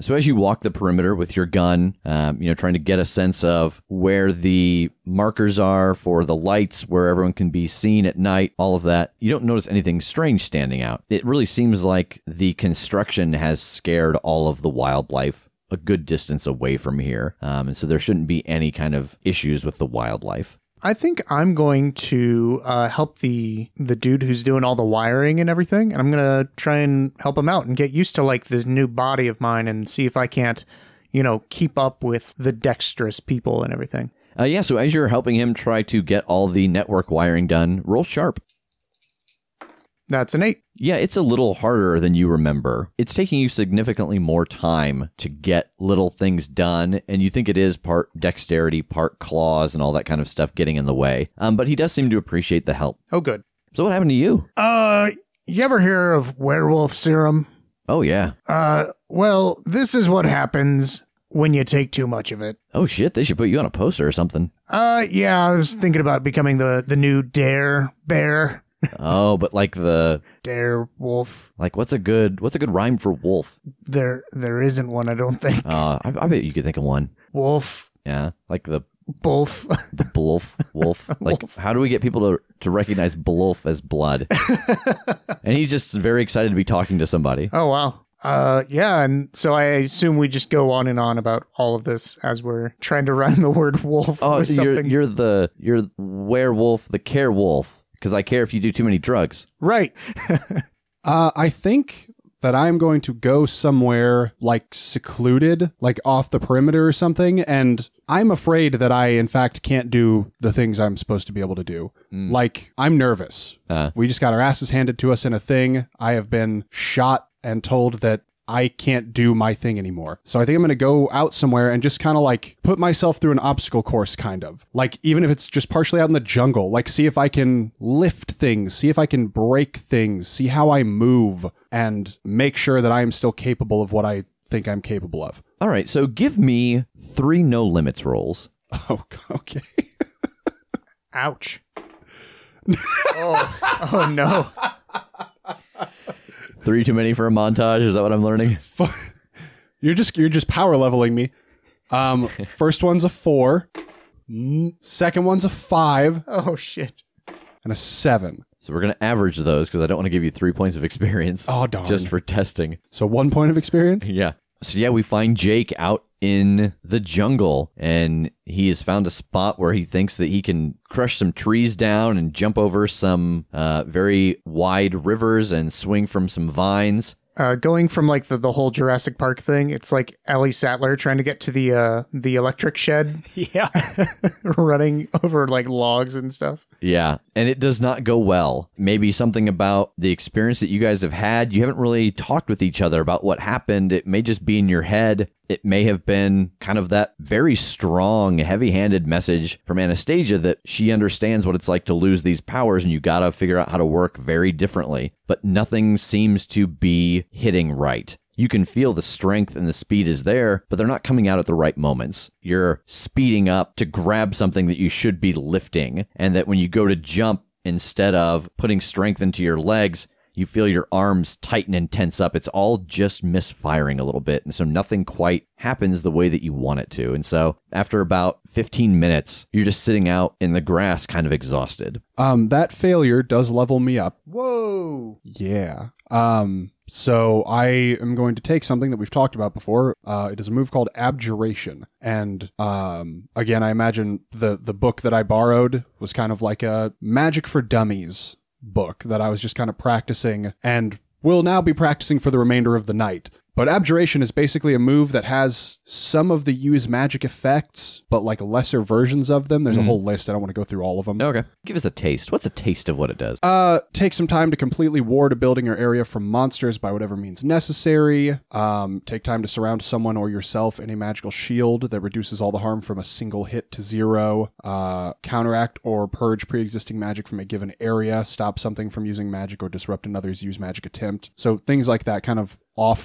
[SPEAKER 1] So as you walk the perimeter with your gun, um, you know, trying to get a sense of where the markers are for the lights, where everyone can be seen at night, all of that, you don't notice anything strange standing out. It really seems like the construction has scared all of the wildlife a good distance away from here, um, and so there shouldn't be any kind of issues with the wildlife.
[SPEAKER 2] I think I'm going to uh, help the the dude who's doing all the wiring and everything, and I'm gonna try and help him out and get used to like this new body of mine and see if I can't, you know, keep up with the dexterous people and everything.
[SPEAKER 1] Uh, yeah, so as you're helping him try to get all the network wiring done, roll sharp.
[SPEAKER 2] That's an eight.
[SPEAKER 1] Yeah, it's a little harder than you remember. It's taking you significantly more time to get little things done, and you think it is part dexterity, part claws, and all that kind of stuff getting in the way. Um, but he does seem to appreciate the help.
[SPEAKER 2] Oh, good.
[SPEAKER 1] So, what happened to you?
[SPEAKER 2] Uh, you ever hear of werewolf serum?
[SPEAKER 1] Oh, yeah.
[SPEAKER 2] Uh, well, this is what happens when you take too much of it.
[SPEAKER 1] Oh, shit, they should put you on a poster or something.
[SPEAKER 2] Uh, yeah, I was thinking about becoming the the new dare bear,
[SPEAKER 1] oh, but like the,
[SPEAKER 2] dare wolf.
[SPEAKER 1] like, what's a good, what's a good rhyme for wolf?
[SPEAKER 2] There, there isn't one. I don't think
[SPEAKER 1] Uh, I, I bet you could think of one.
[SPEAKER 2] wolf,
[SPEAKER 1] Yeah, like the
[SPEAKER 2] wolf.
[SPEAKER 1] the bluff wolf. Like, how do we get people to, to recognize bluff as blood? and he's just very excited to be talking to somebody.
[SPEAKER 2] Oh wow. Uh yeah, and so I assume we just go on and on about all of this as we're trying to rhyme the word wolf
[SPEAKER 1] Oh,
[SPEAKER 2] or
[SPEAKER 1] you're,
[SPEAKER 2] something.
[SPEAKER 1] you're the you're the werewolf, the care wolf. Because I care if you do too many drugs.
[SPEAKER 2] right.
[SPEAKER 4] Uh, I think that I'm going to go somewhere like secluded, like off the perimeter or something. And I'm afraid that I, in fact, can't do the things I'm supposed to be able to do. Like, I'm nervous.
[SPEAKER 1] Uh.
[SPEAKER 4] We just got our asses handed to us in a thing. I have been shot and told that. I can't do my thing anymore. So I think I'm going to go out somewhere and just kind of like put myself through an obstacle course, kind of. Like, even if it's just partially out in the jungle, like, see if I can lift things, see if I can break things, see how I move, and make sure that I am still capable of what I think I'm capable of.
[SPEAKER 1] All right, so give me three no limits rolls.
[SPEAKER 4] Oh, okay.
[SPEAKER 2] Ouch. oh, oh no.
[SPEAKER 1] Three too many for a montage. Is that what I'm learning?
[SPEAKER 4] You're just you're just power leveling me. Um, first one's a four, Mm, second one's a five,
[SPEAKER 2] Oh shit.
[SPEAKER 4] and a seven.
[SPEAKER 1] So we're gonna average those because I don't want to give you three points of experience
[SPEAKER 4] Oh darn!
[SPEAKER 1] just for testing.
[SPEAKER 4] so one point of experience.
[SPEAKER 1] Yeah. So yeah, we find Jake out in the jungle and he has found a spot where he thinks that he can crush some trees down and jump over some uh, very wide rivers and swing from some vines.
[SPEAKER 2] Uh, going from like the, the whole Jurassic Park thing, it's like Ellie Sattler trying to get to the uh, the electric shed,
[SPEAKER 3] Yeah.
[SPEAKER 2] running over like logs and stuff.
[SPEAKER 1] Yeah, and it does not go well. Maybe something about the experience that you guys have had. You haven't really talked with each other about what happened. It may just be in your head. It may have been kind of that very strong, heavy handed message from Anastasia that she understands what it's like to lose these powers and you got to figure out how to work very differently. But nothing seems to be hitting right. You can feel the strength and the speed is there, but they're not coming out at the right moments. You're speeding up to grab something that you should be lifting, and that when you go to jump, instead of putting strength into your legs, you feel your arms tighten and tense up. It's all just misfiring a little bit. And so nothing quite happens the way that you want it to. And so after about 15 minutes, you're just sitting out in the grass, kind of exhausted.
[SPEAKER 4] Um, that failure does level me up.
[SPEAKER 2] Whoa.
[SPEAKER 4] Yeah. Um, so I am going to take something that we've talked about before. Uh, it is a move called abjuration, and um, again, I imagine the the book that I borrowed was kind of like a magic for dummies book that I was just kind of practicing, and will now be practicing for the remainder of the night. But abjuration is basically a move that has some of the use magic effects, but like lesser versions of them. There's a whole list. I don't want to go through all of them.
[SPEAKER 1] Okay. Give us a taste. What's a taste of what it does?
[SPEAKER 4] Uh, take some time to completely ward a building or area from monsters by whatever means necessary. Um, take time to surround someone or yourself in a magical shield that reduces all the harm from a single hit to zero. Uh, counteract or purge pre-existing magic from a given area. Stop something from using magic or disrupt another's use magic attempt. So things like that, kind of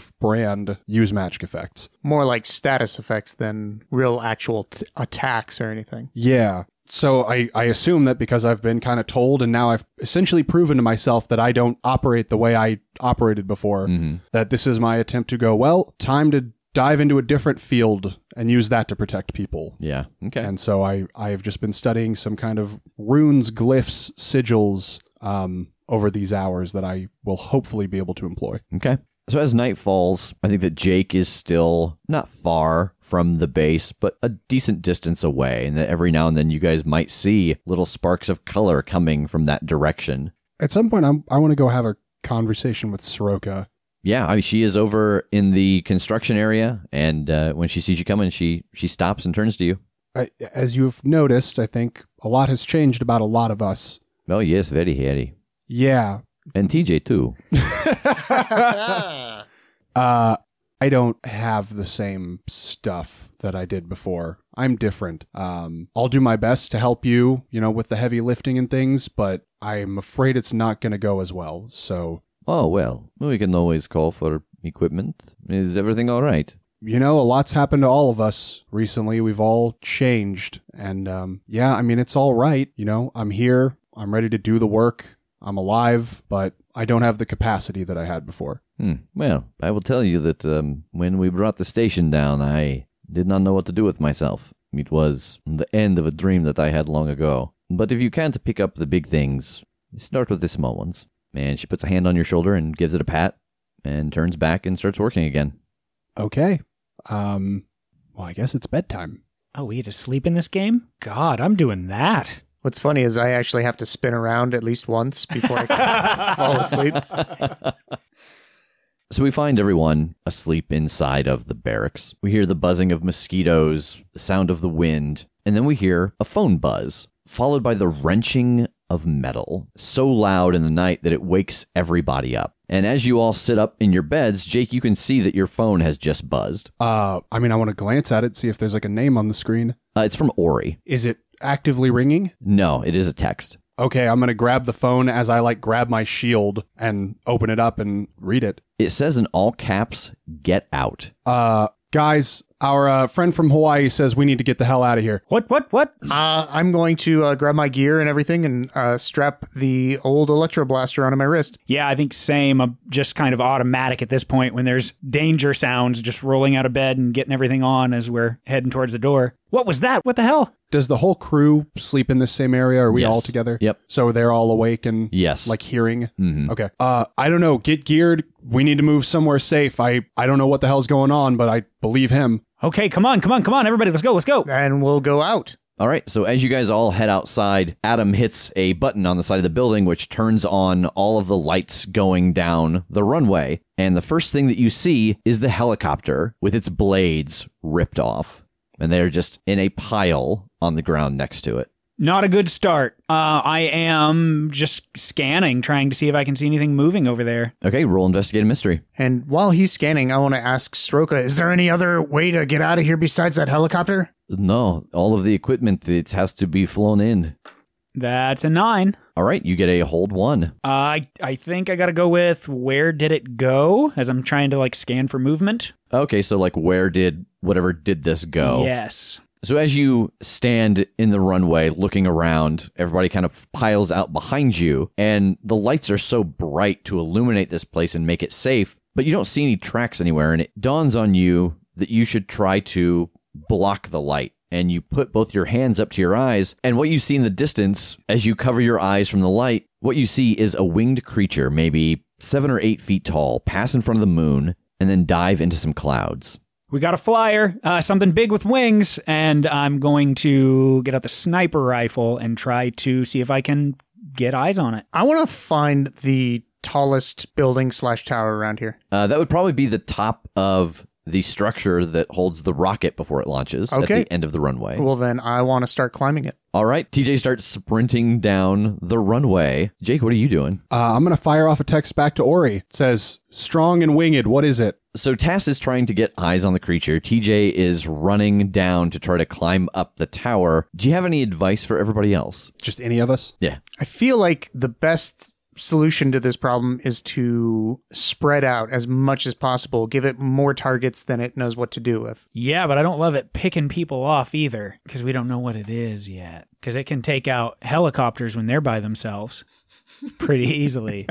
[SPEAKER 4] off-brand use magic effects.
[SPEAKER 2] More like status effects than real actual t- attacks or anything.
[SPEAKER 4] Yeah. So I, I assume that because I've been kind of told and now I've essentially proven to myself that I don't operate the way I operated before,
[SPEAKER 1] Mm. Mm-hmm.
[SPEAKER 4] that this is my attempt to go, well, time to dive into a different field and use that to protect people.
[SPEAKER 1] Yeah. Okay.
[SPEAKER 4] And so I, I have just been studying some kind of runes, glyphs, sigils um, over these hours that I will hopefully be able to employ.
[SPEAKER 1] Okay. So as night falls, I think that Jake is still not far from the base, but a decent distance away, and that every now and then you guys might see little sparks of color coming from that direction.
[SPEAKER 4] At some point, I'm, I want to go have a conversation with Soroka.
[SPEAKER 1] Yeah, I mean, she is over in the construction area, and uh, when she sees you coming, she she stops and turns to you.
[SPEAKER 4] I, as you've noticed, I think a lot has changed about a lot of us.
[SPEAKER 1] Oh yes, very hairy,
[SPEAKER 4] Yeah.
[SPEAKER 1] and TJ too.
[SPEAKER 4] Uh, I don't have the same stuff that I did before. I'm different. Um, I'll do my best to help you, you know, with the heavy lifting and things, but I'm afraid it's not going to go as well. So
[SPEAKER 1] Oh well, we can always call for equipment. Is everything all right?
[SPEAKER 4] you know, a lot's happened to all of us recently. We've all changed. And um, yeah, I mean, it's all right. You know, I'm here. I'm ready to do the work. I'm alive, but I don't have the capacity that I had before.
[SPEAKER 1] Hmm. Well, I will tell you that um, when we brought the station down, I did not know what to do with myself. It was the end of a dream that I had long ago. But if you can't pick up the big things, start with the small ones. And she puts a hand on your shoulder and gives it a pat, and turns back and starts working again.
[SPEAKER 4] Okay. Um, well, I guess it's bedtime.
[SPEAKER 3] Oh, we had to sleep in this game? God, I'm doing that.
[SPEAKER 2] What's funny is I actually have to spin around at least once before I can fall asleep.
[SPEAKER 1] So we find everyone asleep inside of the barracks. We hear the buzzing of mosquitoes, the sound of the wind, and then we hear a phone buzz, followed by the wrenching of metal, so loud in the night that it wakes everybody up. And as you all sit up in your beds, Jake, you can see that your phone has just buzzed.
[SPEAKER 4] Uh, I mean, I want to glance at it, see if there's like a name on the screen.
[SPEAKER 1] Uh, it's from Ori.
[SPEAKER 4] Is it actively ringing?
[SPEAKER 1] No, it is a text.
[SPEAKER 4] Okay, I'm going to grab the phone as I like grab my shield and open it up and read it.
[SPEAKER 1] It says in all caps, get out.
[SPEAKER 4] Uh, guys, our uh, friend from Hawaii says we need to get the hell out of here.
[SPEAKER 3] What, what, what?
[SPEAKER 2] Uh, I'm going to uh, grab my gear and everything and uh, strap the old electro blaster onto my wrist.
[SPEAKER 3] Yeah, I think same. I'm just kind of automatic at this point when there's danger sounds, just rolling out of bed and getting everything on as we're heading towards the door. What was that? What the hell?
[SPEAKER 4] Does the whole crew sleep in the same area? Are we
[SPEAKER 1] Yes.
[SPEAKER 4] all together?
[SPEAKER 1] Yep.
[SPEAKER 4] So they're all awake and
[SPEAKER 1] Yes.
[SPEAKER 4] like hearing.
[SPEAKER 1] Mhm.
[SPEAKER 4] Okay. Uh, I don't know. Get geared. We need to move somewhere safe. I I don't know what the hell's going on, but I believe him.
[SPEAKER 3] Okay, come on, come on, come on, everybody, let's go, let's go.
[SPEAKER 2] And we'll go out.
[SPEAKER 1] All right, so as you guys all head outside, Adam hits a button on the side of the building, which turns on all of the lights going down the runway. And the first thing that you see is the helicopter with its blades ripped off. And they're just in a pile on the ground next to it.
[SPEAKER 3] Not a good start. Uh, I am just scanning, trying to see if I can see anything moving over there.
[SPEAKER 1] Okay, roll investigate a mystery.
[SPEAKER 2] And while he's scanning, I want to ask Sroka, is there any other way to get out of here besides that helicopter?
[SPEAKER 1] No, all of the equipment it has to be flown in.
[SPEAKER 3] That's a nine.
[SPEAKER 1] All right, you get a hold one.
[SPEAKER 3] Uh, I I think I gotta go with where did it go? As I'm trying to like scan for movement.
[SPEAKER 1] Okay, so like where did whatever did this go?
[SPEAKER 3] Yes.
[SPEAKER 1] So as you stand in the runway looking around, everybody kind of piles out behind you, and the lights are so bright to illuminate this place and make it safe, but you don't see any tracks anywhere, and it dawns on you that you should try to block the light. And you put both your hands up to your eyes, and what you see in the distance as you cover your eyes from the light, what you see is a winged creature, maybe seven or eight feet tall, pass in front of the moon and then dive into some clouds.
[SPEAKER 3] We got a flyer, uh, something big with wings, and I'm going to get out the sniper rifle and try to see if I can get eyes on it.
[SPEAKER 2] I want to find the tallest building slash tower around here.
[SPEAKER 1] Uh, that would probably be the top of the structure that holds the rocket before it launches
[SPEAKER 2] Okay.
[SPEAKER 1] at the end of the runway.
[SPEAKER 2] Well, then I want to start climbing it.
[SPEAKER 1] All right, TJ starts sprinting down the runway. Jake, what are you doing?
[SPEAKER 4] Uh, I'm gonna fire off a text back to Ori. It says strong and winged. What is it?
[SPEAKER 1] So Tass is trying to get eyes on the creature. TJ is running down to try to climb up the tower. Do you have any advice for everybody else?
[SPEAKER 4] Just any of us?
[SPEAKER 1] Yeah.
[SPEAKER 2] I feel like the best solution to this problem is to spread out as much as possible, give it more targets than it knows what to do with.
[SPEAKER 3] Yeah, but I don't love it picking people off either because we don't know what it is yet. Because it can take out helicopters when they're by themselves pretty easily.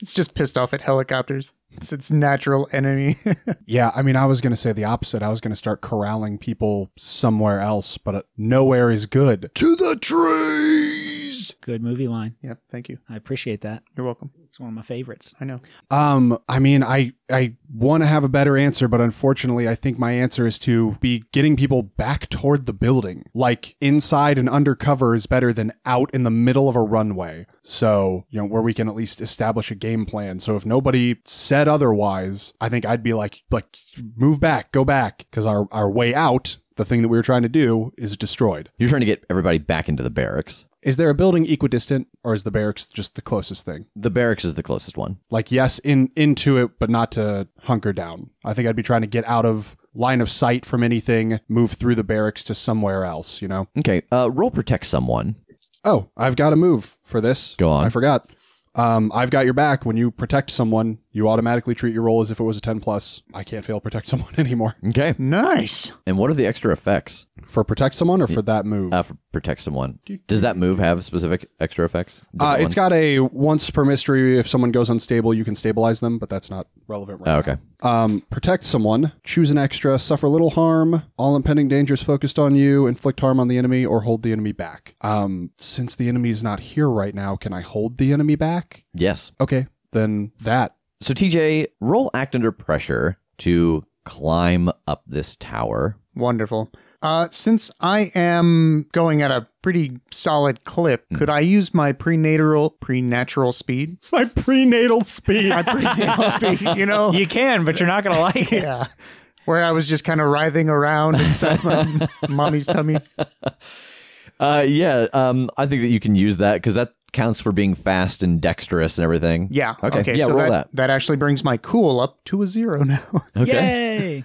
[SPEAKER 2] It's just pissed off at helicopters. It's its natural enemy.
[SPEAKER 4] Yeah, I mean, I was going to say the opposite. I was going to start corralling people somewhere else, but uh, nowhere is good.
[SPEAKER 1] To the trees!
[SPEAKER 3] Please. Good movie line.
[SPEAKER 2] Yep. Thank you.
[SPEAKER 3] I appreciate that.
[SPEAKER 2] You're welcome.
[SPEAKER 3] It's one of my favorites.
[SPEAKER 2] I know.
[SPEAKER 4] Um, I mean, I I want to have a better answer, but unfortunately, I think my answer is to be getting people back toward the building. Like inside and undercover is better than out in the middle of a runway. So you know where we can at least establish a game plan. So if nobody said otherwise, I think I'd be like like move back, go back, because our our way out, the thing that we were trying to do, is destroyed.
[SPEAKER 1] You're trying to get everybody back into the barracks.
[SPEAKER 4] Is there a building equidistant, or is the barracks just the closest thing?
[SPEAKER 1] The barracks is the closest one.
[SPEAKER 4] like yes in into it but not to hunker down i think i'd be trying to get out of line of sight from anything move through the barracks to somewhere else you know
[SPEAKER 1] Okay. Uh, roll protect someone.
[SPEAKER 4] oh i've got a move for this
[SPEAKER 1] Go on.
[SPEAKER 4] i forgot um, I've got your back. When you protect someone, you automatically treat your roll as if it was a ten plus. I can't fail protect someone anymore.
[SPEAKER 1] Okay.
[SPEAKER 2] Nice.
[SPEAKER 1] And what are the extra effects
[SPEAKER 4] For protect someone or for that move?
[SPEAKER 1] uh, for protect someone? Does that move have specific extra effects?
[SPEAKER 4] Uh,
[SPEAKER 1] Different
[SPEAKER 4] it's got a once per mystery. If someone goes unstable, you can stabilize them, but that's not relevant right
[SPEAKER 1] ones? Oh,
[SPEAKER 4] now.
[SPEAKER 1] okay.
[SPEAKER 4] Um, protect someone, choose an extra, suffer little harm, all impending dangers focused on you, inflict harm on the enemy, or hold the enemy back. Um, since the enemy is not here right now, can I hold the enemy back?
[SPEAKER 1] Yes.
[SPEAKER 4] Okay, then that.
[SPEAKER 1] So TJ, roll act under pressure to climb up this tower.
[SPEAKER 2] Wonderful. Uh, since I am going at a pretty solid clip,
[SPEAKER 1] Hmm.
[SPEAKER 2] could I use my prenatal prenatural speed?
[SPEAKER 4] My prenatal speed.
[SPEAKER 2] My prenatal speed, you know,
[SPEAKER 3] You can, but you're not going to like it.
[SPEAKER 2] Oh. yeah. Where I was just kind of writhing around inside my mommy's tummy.
[SPEAKER 1] Uh, yeah. Um, I think that you can use that because that counts for being fast and dexterous and everything.
[SPEAKER 2] Yeah.
[SPEAKER 1] Okay. yeah.
[SPEAKER 2] so
[SPEAKER 1] roll that.
[SPEAKER 2] that actually brings my cool up to a zero now.
[SPEAKER 1] Okay.
[SPEAKER 3] Yay.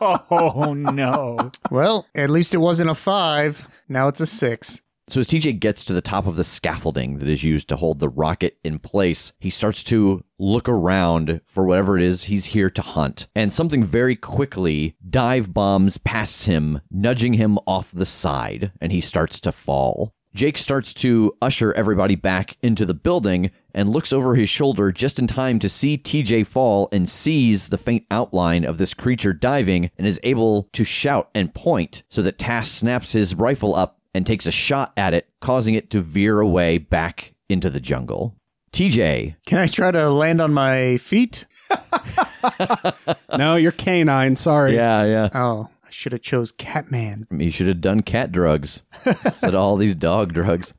[SPEAKER 3] oh, no.
[SPEAKER 2] well, at least it wasn't a five. Now it's a six.
[SPEAKER 1] So as TJ gets to the top of the scaffolding that is used to hold the rocket in place, he starts to look around for whatever it is he's here to hunt. And something very quickly dive bombs past him, nudging him off the side, and he starts to fall. Jake starts to usher everybody back into the building and looks over his shoulder just in time to see TJ fall and sees the faint outline of this creature diving and is able to shout and point so that Tass snaps his rifle up and takes a shot at it, causing it to veer away back into the jungle. TJ,
[SPEAKER 2] Can I try to land on my feet?
[SPEAKER 4] no, you're canine. Sorry.
[SPEAKER 1] yeah, yeah.
[SPEAKER 2] Oh, I should have chose Catman.
[SPEAKER 1] You should have done cat drugs instead of all these dog drugs.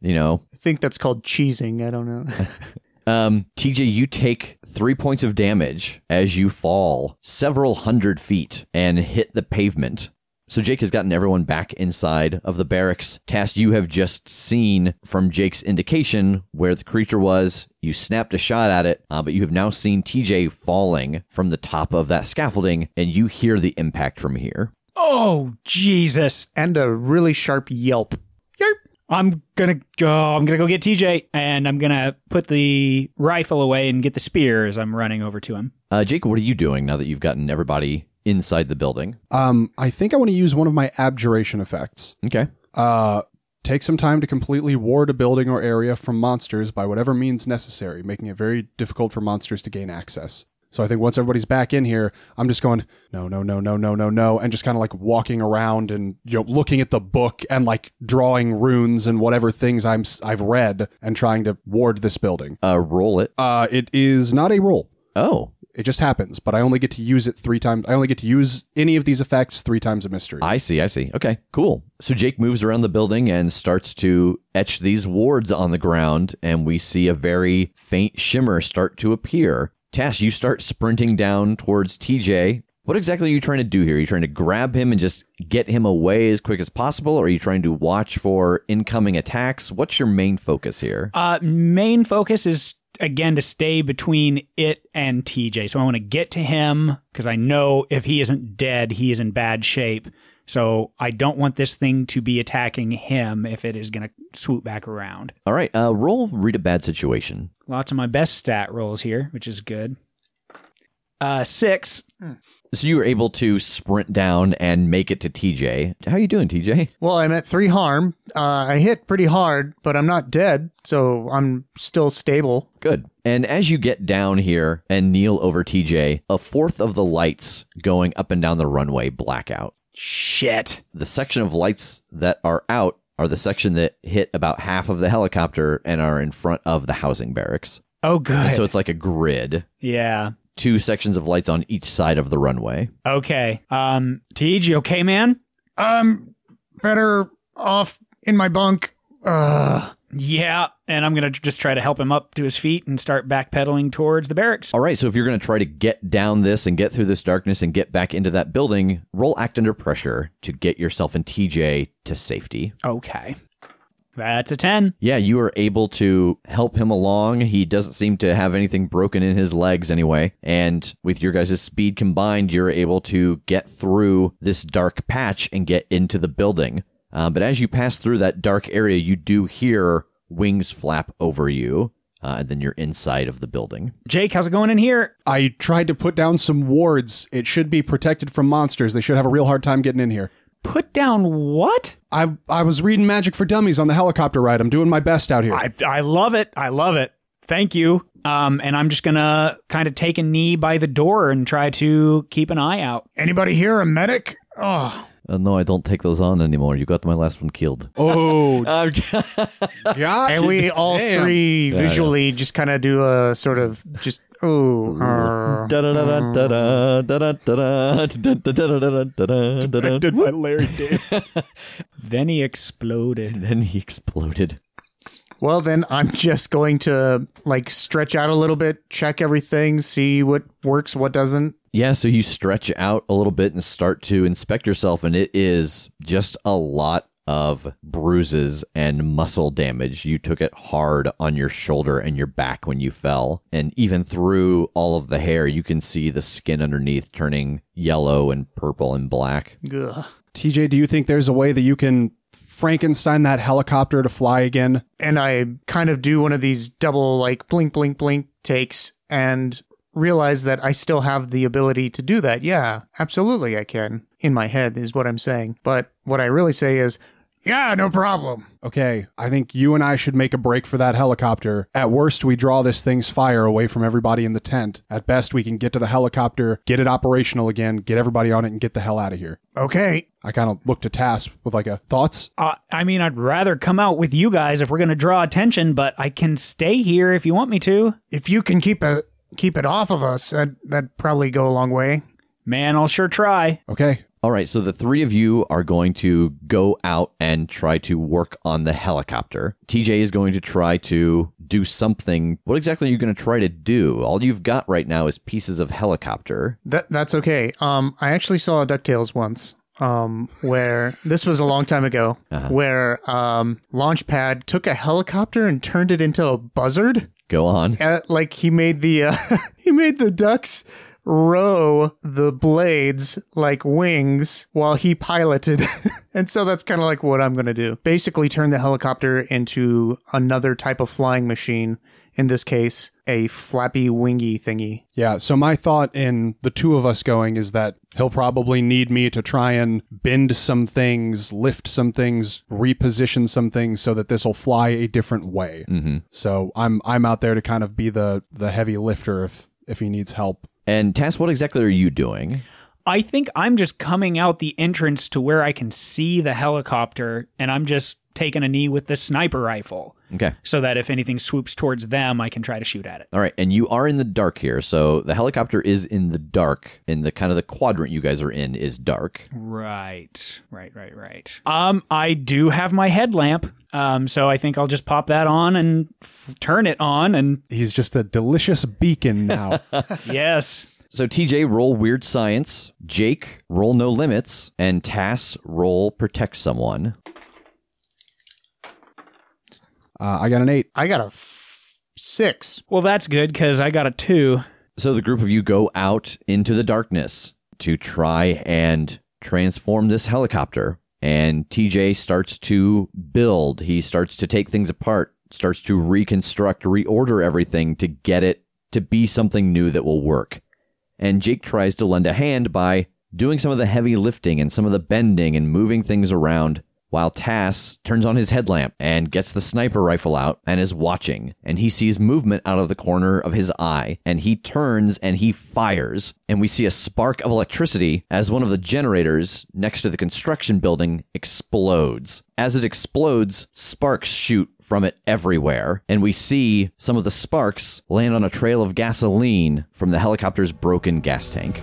[SPEAKER 1] You know,
[SPEAKER 2] I think that's called cheesing. I don't know.
[SPEAKER 1] Um, TJ, you take three points of damage as you fall several hundred feet and hit the pavement. So Jake has gotten everyone back inside of the barracks. Task you have just seen from Jake's indication where the creature was. You snapped a shot at it, uh, but you have now seen TJ falling from the top of that scaffolding, and you hear the impact from here.
[SPEAKER 3] Oh, Jesus.
[SPEAKER 2] and a really sharp yelp. Yelp.
[SPEAKER 3] I'm gonna go. I'm gonna go get TJ, and I'm gonna put the rifle away and get the spear as I'm running over to him.
[SPEAKER 1] Uh, Jake, what are you doing now that you've gotten everybody inside the building?
[SPEAKER 4] Um, I think I want to use one of my abjuration effects.
[SPEAKER 1] Okay.
[SPEAKER 4] Uh, take some time to completely ward a building or area from monsters by whatever means necessary, making it very difficult for monsters to gain access. So I think once everybody's back in here, I'm just going no, no, no, no, no, no, no, and just kind of like walking around and you know looking at the book and like drawing runes and whatever things I'm s- I've read and trying to ward this building.
[SPEAKER 1] Uh, roll it.
[SPEAKER 4] Uh, it is not a roll.
[SPEAKER 1] Oh,
[SPEAKER 4] It just happens, but I only get to use it three times. I only get to use any of these effects three times a mystery.
[SPEAKER 1] I see, I see. Okay, cool. So Jake moves around the building and starts to etch these wards on the ground, and we see a very faint shimmer start to appear. Tash, you start sprinting down towards TJ. What exactly are you trying to do here? Are you trying to grab him and just get him away as quick as possible? Or are you trying to watch for incoming attacks? What's your main focus here?
[SPEAKER 3] Uh, main focus is again to stay between it and TJ. So I want to get to him because I know if he isn't dead, he is in bad shape. So I don't want this thing to be attacking him if it is gonna swoop back around.
[SPEAKER 1] All right, uh, roll read a bad situation.
[SPEAKER 3] Lots of my best stat rolls here, which is good. Uh, six.
[SPEAKER 1] So you were able to sprint down and make it to TJ. How you doing, TJ?
[SPEAKER 2] Well, I'm at three harm. Uh, I hit pretty hard, but I'm not dead, so I'm still stable.
[SPEAKER 1] Good. And as you get down here and kneel over TJ, a fourth of the lights going up and down the runway blackout.
[SPEAKER 3] Shit.
[SPEAKER 1] The section of lights that are out are the section that hit about half of the helicopter and are in front of the housing barracks.
[SPEAKER 3] Oh, good.
[SPEAKER 1] And so it's like a grid,
[SPEAKER 3] yeah.
[SPEAKER 1] two sections of lights on each side of the runway.
[SPEAKER 3] Okay. Um, Tej, you okay, man?
[SPEAKER 2] I'm better off in my bunk. Uh, Ugh.
[SPEAKER 3] Yeah. And I'm going to just try to help him up to his feet and start backpedaling towards the barracks.
[SPEAKER 1] All right, so if you're going to try to get down this and get through this darkness and get back into that building, roll act under pressure to get yourself and TJ to safety.
[SPEAKER 3] Okay. That's a 10.
[SPEAKER 1] Yeah, you are able to help him along. He doesn't seem to have anything broken in his legs anyway. And with your guys' speed combined, you're able to get through this dark patch and get into the building. Um, but as you pass through that dark area, you do hear wings flap over you. Uh, and then you're inside of the building.
[SPEAKER 3] Jake, how's it going in here?
[SPEAKER 4] I tried to put down some wards. It should be protected from monsters. They should have a real hard time getting in here.
[SPEAKER 3] Put down what?
[SPEAKER 4] I I was reading Magic for Dummies on the helicopter ride. I'm doing my best out here.
[SPEAKER 3] I, I love it. I love it. Thank you. Um, and I'm just going to kind of take a knee by the door and try to keep an eye out.
[SPEAKER 2] Anybody here a medic? Oh,
[SPEAKER 1] Uh, no, I don't take those on anymore. You got my last one killed.
[SPEAKER 4] oh God!
[SPEAKER 2] and we all
[SPEAKER 4] Damn.
[SPEAKER 2] three visually just kind of do a sort of just oh. uh,
[SPEAKER 4] I did
[SPEAKER 1] Then
[SPEAKER 4] my Larry David.
[SPEAKER 3] Then he exploded.
[SPEAKER 1] he exploded.
[SPEAKER 2] Well, then I'm just going to like stretch out a little bit, check everything, see what works, what doesn't.
[SPEAKER 1] Yeah, so you stretch out a little bit and start to inspect yourself, and it is just a lot of bruises and muscle damage. You took it hard on your shoulder and your back when you fell, and even through all of the hair, you can see the skin underneath turning yellow and purple and black.
[SPEAKER 2] Ugh.
[SPEAKER 4] TJ, do you think there's a way that you can Frankenstein that helicopter to fly again?
[SPEAKER 2] And I kind of do one of these double like blink, blink, blink takes and realize that I still have the ability to do that. Yeah, absolutely, I can. In my head is what I'm saying. But what I really say is, yeah, no problem.
[SPEAKER 4] Okay, I think you and I should make a break for that helicopter. At worst, we draw this thing's fire away from everybody in the tent. At best, we can get to the helicopter, get it operational again, get everybody on it, and get the hell out of here.
[SPEAKER 2] Okay.
[SPEAKER 4] I kind of look to Tass with like a thoughts.
[SPEAKER 3] Uh, I mean, I'd rather come out with you guys if we're going to draw attention, but I can stay here if you want me to.
[SPEAKER 2] If you can keep a keep it off of us, that that'd probably go a long way.
[SPEAKER 3] Man, I'll sure try.
[SPEAKER 4] Okay,
[SPEAKER 1] All right, so the three of you are going to go out and try to work on the helicopter. TJ is going to try to do something. What exactly are you going to try to do? All you've got right now is pieces of helicopter.
[SPEAKER 2] That that's okay. Um, I actually saw a Ducktales once. Um, where this was a long time ago, where um, Launchpad took a helicopter and turned it into a buzzard.
[SPEAKER 1] Go on.
[SPEAKER 2] Uh, like he made the uh, he made the ducks row the blades like wings while he piloted, and so that's kind of like what I'm gonna do. Basically, turn the helicopter into another type of flying machine. In this case, a flappy wingy thingy.
[SPEAKER 4] Yeah, so my thought in the two of us going is that he'll probably need me to try and bend some things, lift some things, reposition some things so that this will fly a different way. Mm-hmm. So I'm I'm out there to kind of be the the heavy lifter if if he needs help.
[SPEAKER 1] And Tass, what exactly are you doing?
[SPEAKER 3] I think I'm just coming out the entrance to where I can see the helicopter, and I'm just taking a knee with the sniper rifle
[SPEAKER 1] Okay.
[SPEAKER 3] so that if anything swoops towards them, I can try to shoot at it.
[SPEAKER 1] All right, and you are in the dark here. So the helicopter is in the dark, and the kind of the quadrant you guys are in is dark.
[SPEAKER 3] Right, right, right, right. Um, I do have my headlamp, um, so I think I'll just pop that on and f- turn it on, and
[SPEAKER 4] He's just a delicious beacon now. Uh,
[SPEAKER 3] yes,
[SPEAKER 1] So TJ roll weird science, Jake roll no limits, and Tass roll protect someone.
[SPEAKER 4] uh, I got an 8.
[SPEAKER 2] I got a f- six.
[SPEAKER 3] well, that's good because I got a two.
[SPEAKER 1] So the group of you go out into the darkness to try and transform this helicopter. And TJ starts to build. He starts to take things apart, starts to reconstruct, reorder everything to get it to be something new that will work. And Jake tries to lend a hand by doing some of the heavy lifting and some of the bending and moving things around while Tass turns on his headlamp and gets the sniper rifle out and is watching. And he sees movement out of the corner of his eye and he turns and he fires. And we see a spark of electricity as one of the generators next to the construction building explodes. As it explodes, sparks shoot from it everywhere, and we see some of the sparks land on a trail of gasoline from the helicopter's broken gas tank.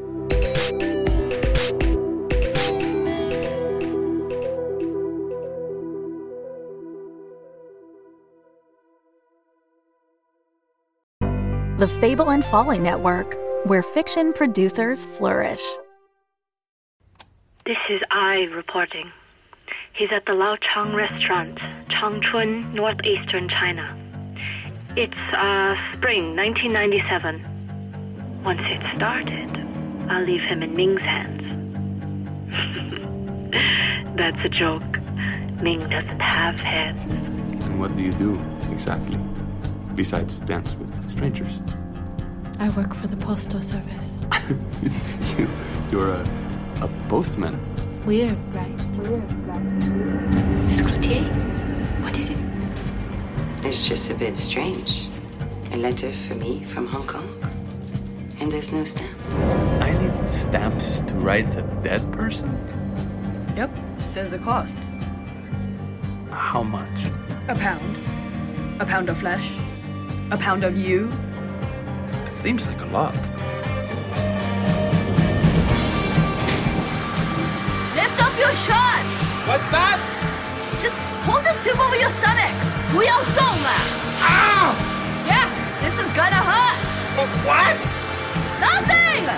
[SPEAKER 5] The Fable and Folly Network, where fiction producers flourish.
[SPEAKER 6] This is I reporting. He's at the Lao Chang restaurant, Changchun, northeastern China. It's uh, spring 1997. Once it started, I'll leave him in Ming's hands. That's a joke. Ming doesn't have hands.
[SPEAKER 7] And what do you do exactly? Besides dance with strangers.
[SPEAKER 8] I work for the postal service.
[SPEAKER 7] you, you're a, a postman.
[SPEAKER 8] Weird, right? Miss Cloutier? What is it?
[SPEAKER 9] It's just a bit strange. A letter for me from Hong Kong. And there's no stamp.
[SPEAKER 7] I need stamps to write a dead person?
[SPEAKER 8] Yep, there's a cost.
[SPEAKER 7] How much?
[SPEAKER 8] A pound. A pound of flesh. A pound of you.
[SPEAKER 7] It seems like a lot.
[SPEAKER 8] Lift up your shirt!
[SPEAKER 7] What's that?
[SPEAKER 8] Just hold this tube over your stomach! 不要动啊！
[SPEAKER 7] Ow!
[SPEAKER 8] Yeah, this is gonna hurt!
[SPEAKER 7] What?
[SPEAKER 8] Nothing!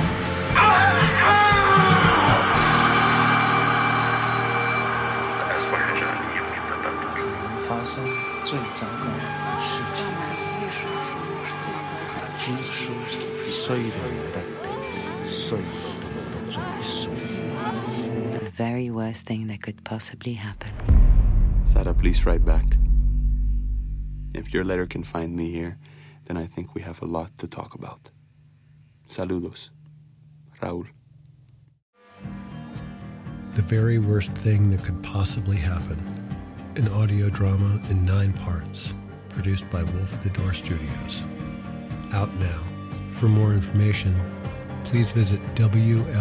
[SPEAKER 9] The very worst thing that could possibly happen.
[SPEAKER 7] Sada, please write back. If your letter can find me here, then I think we have a lot to talk about. Saludos. Raul.
[SPEAKER 10] The very worst thing that could possibly happen. An audio drama in nine parts, produced by Wolf at the Door Studios. Out now. For more information, please visit WLFDR.com.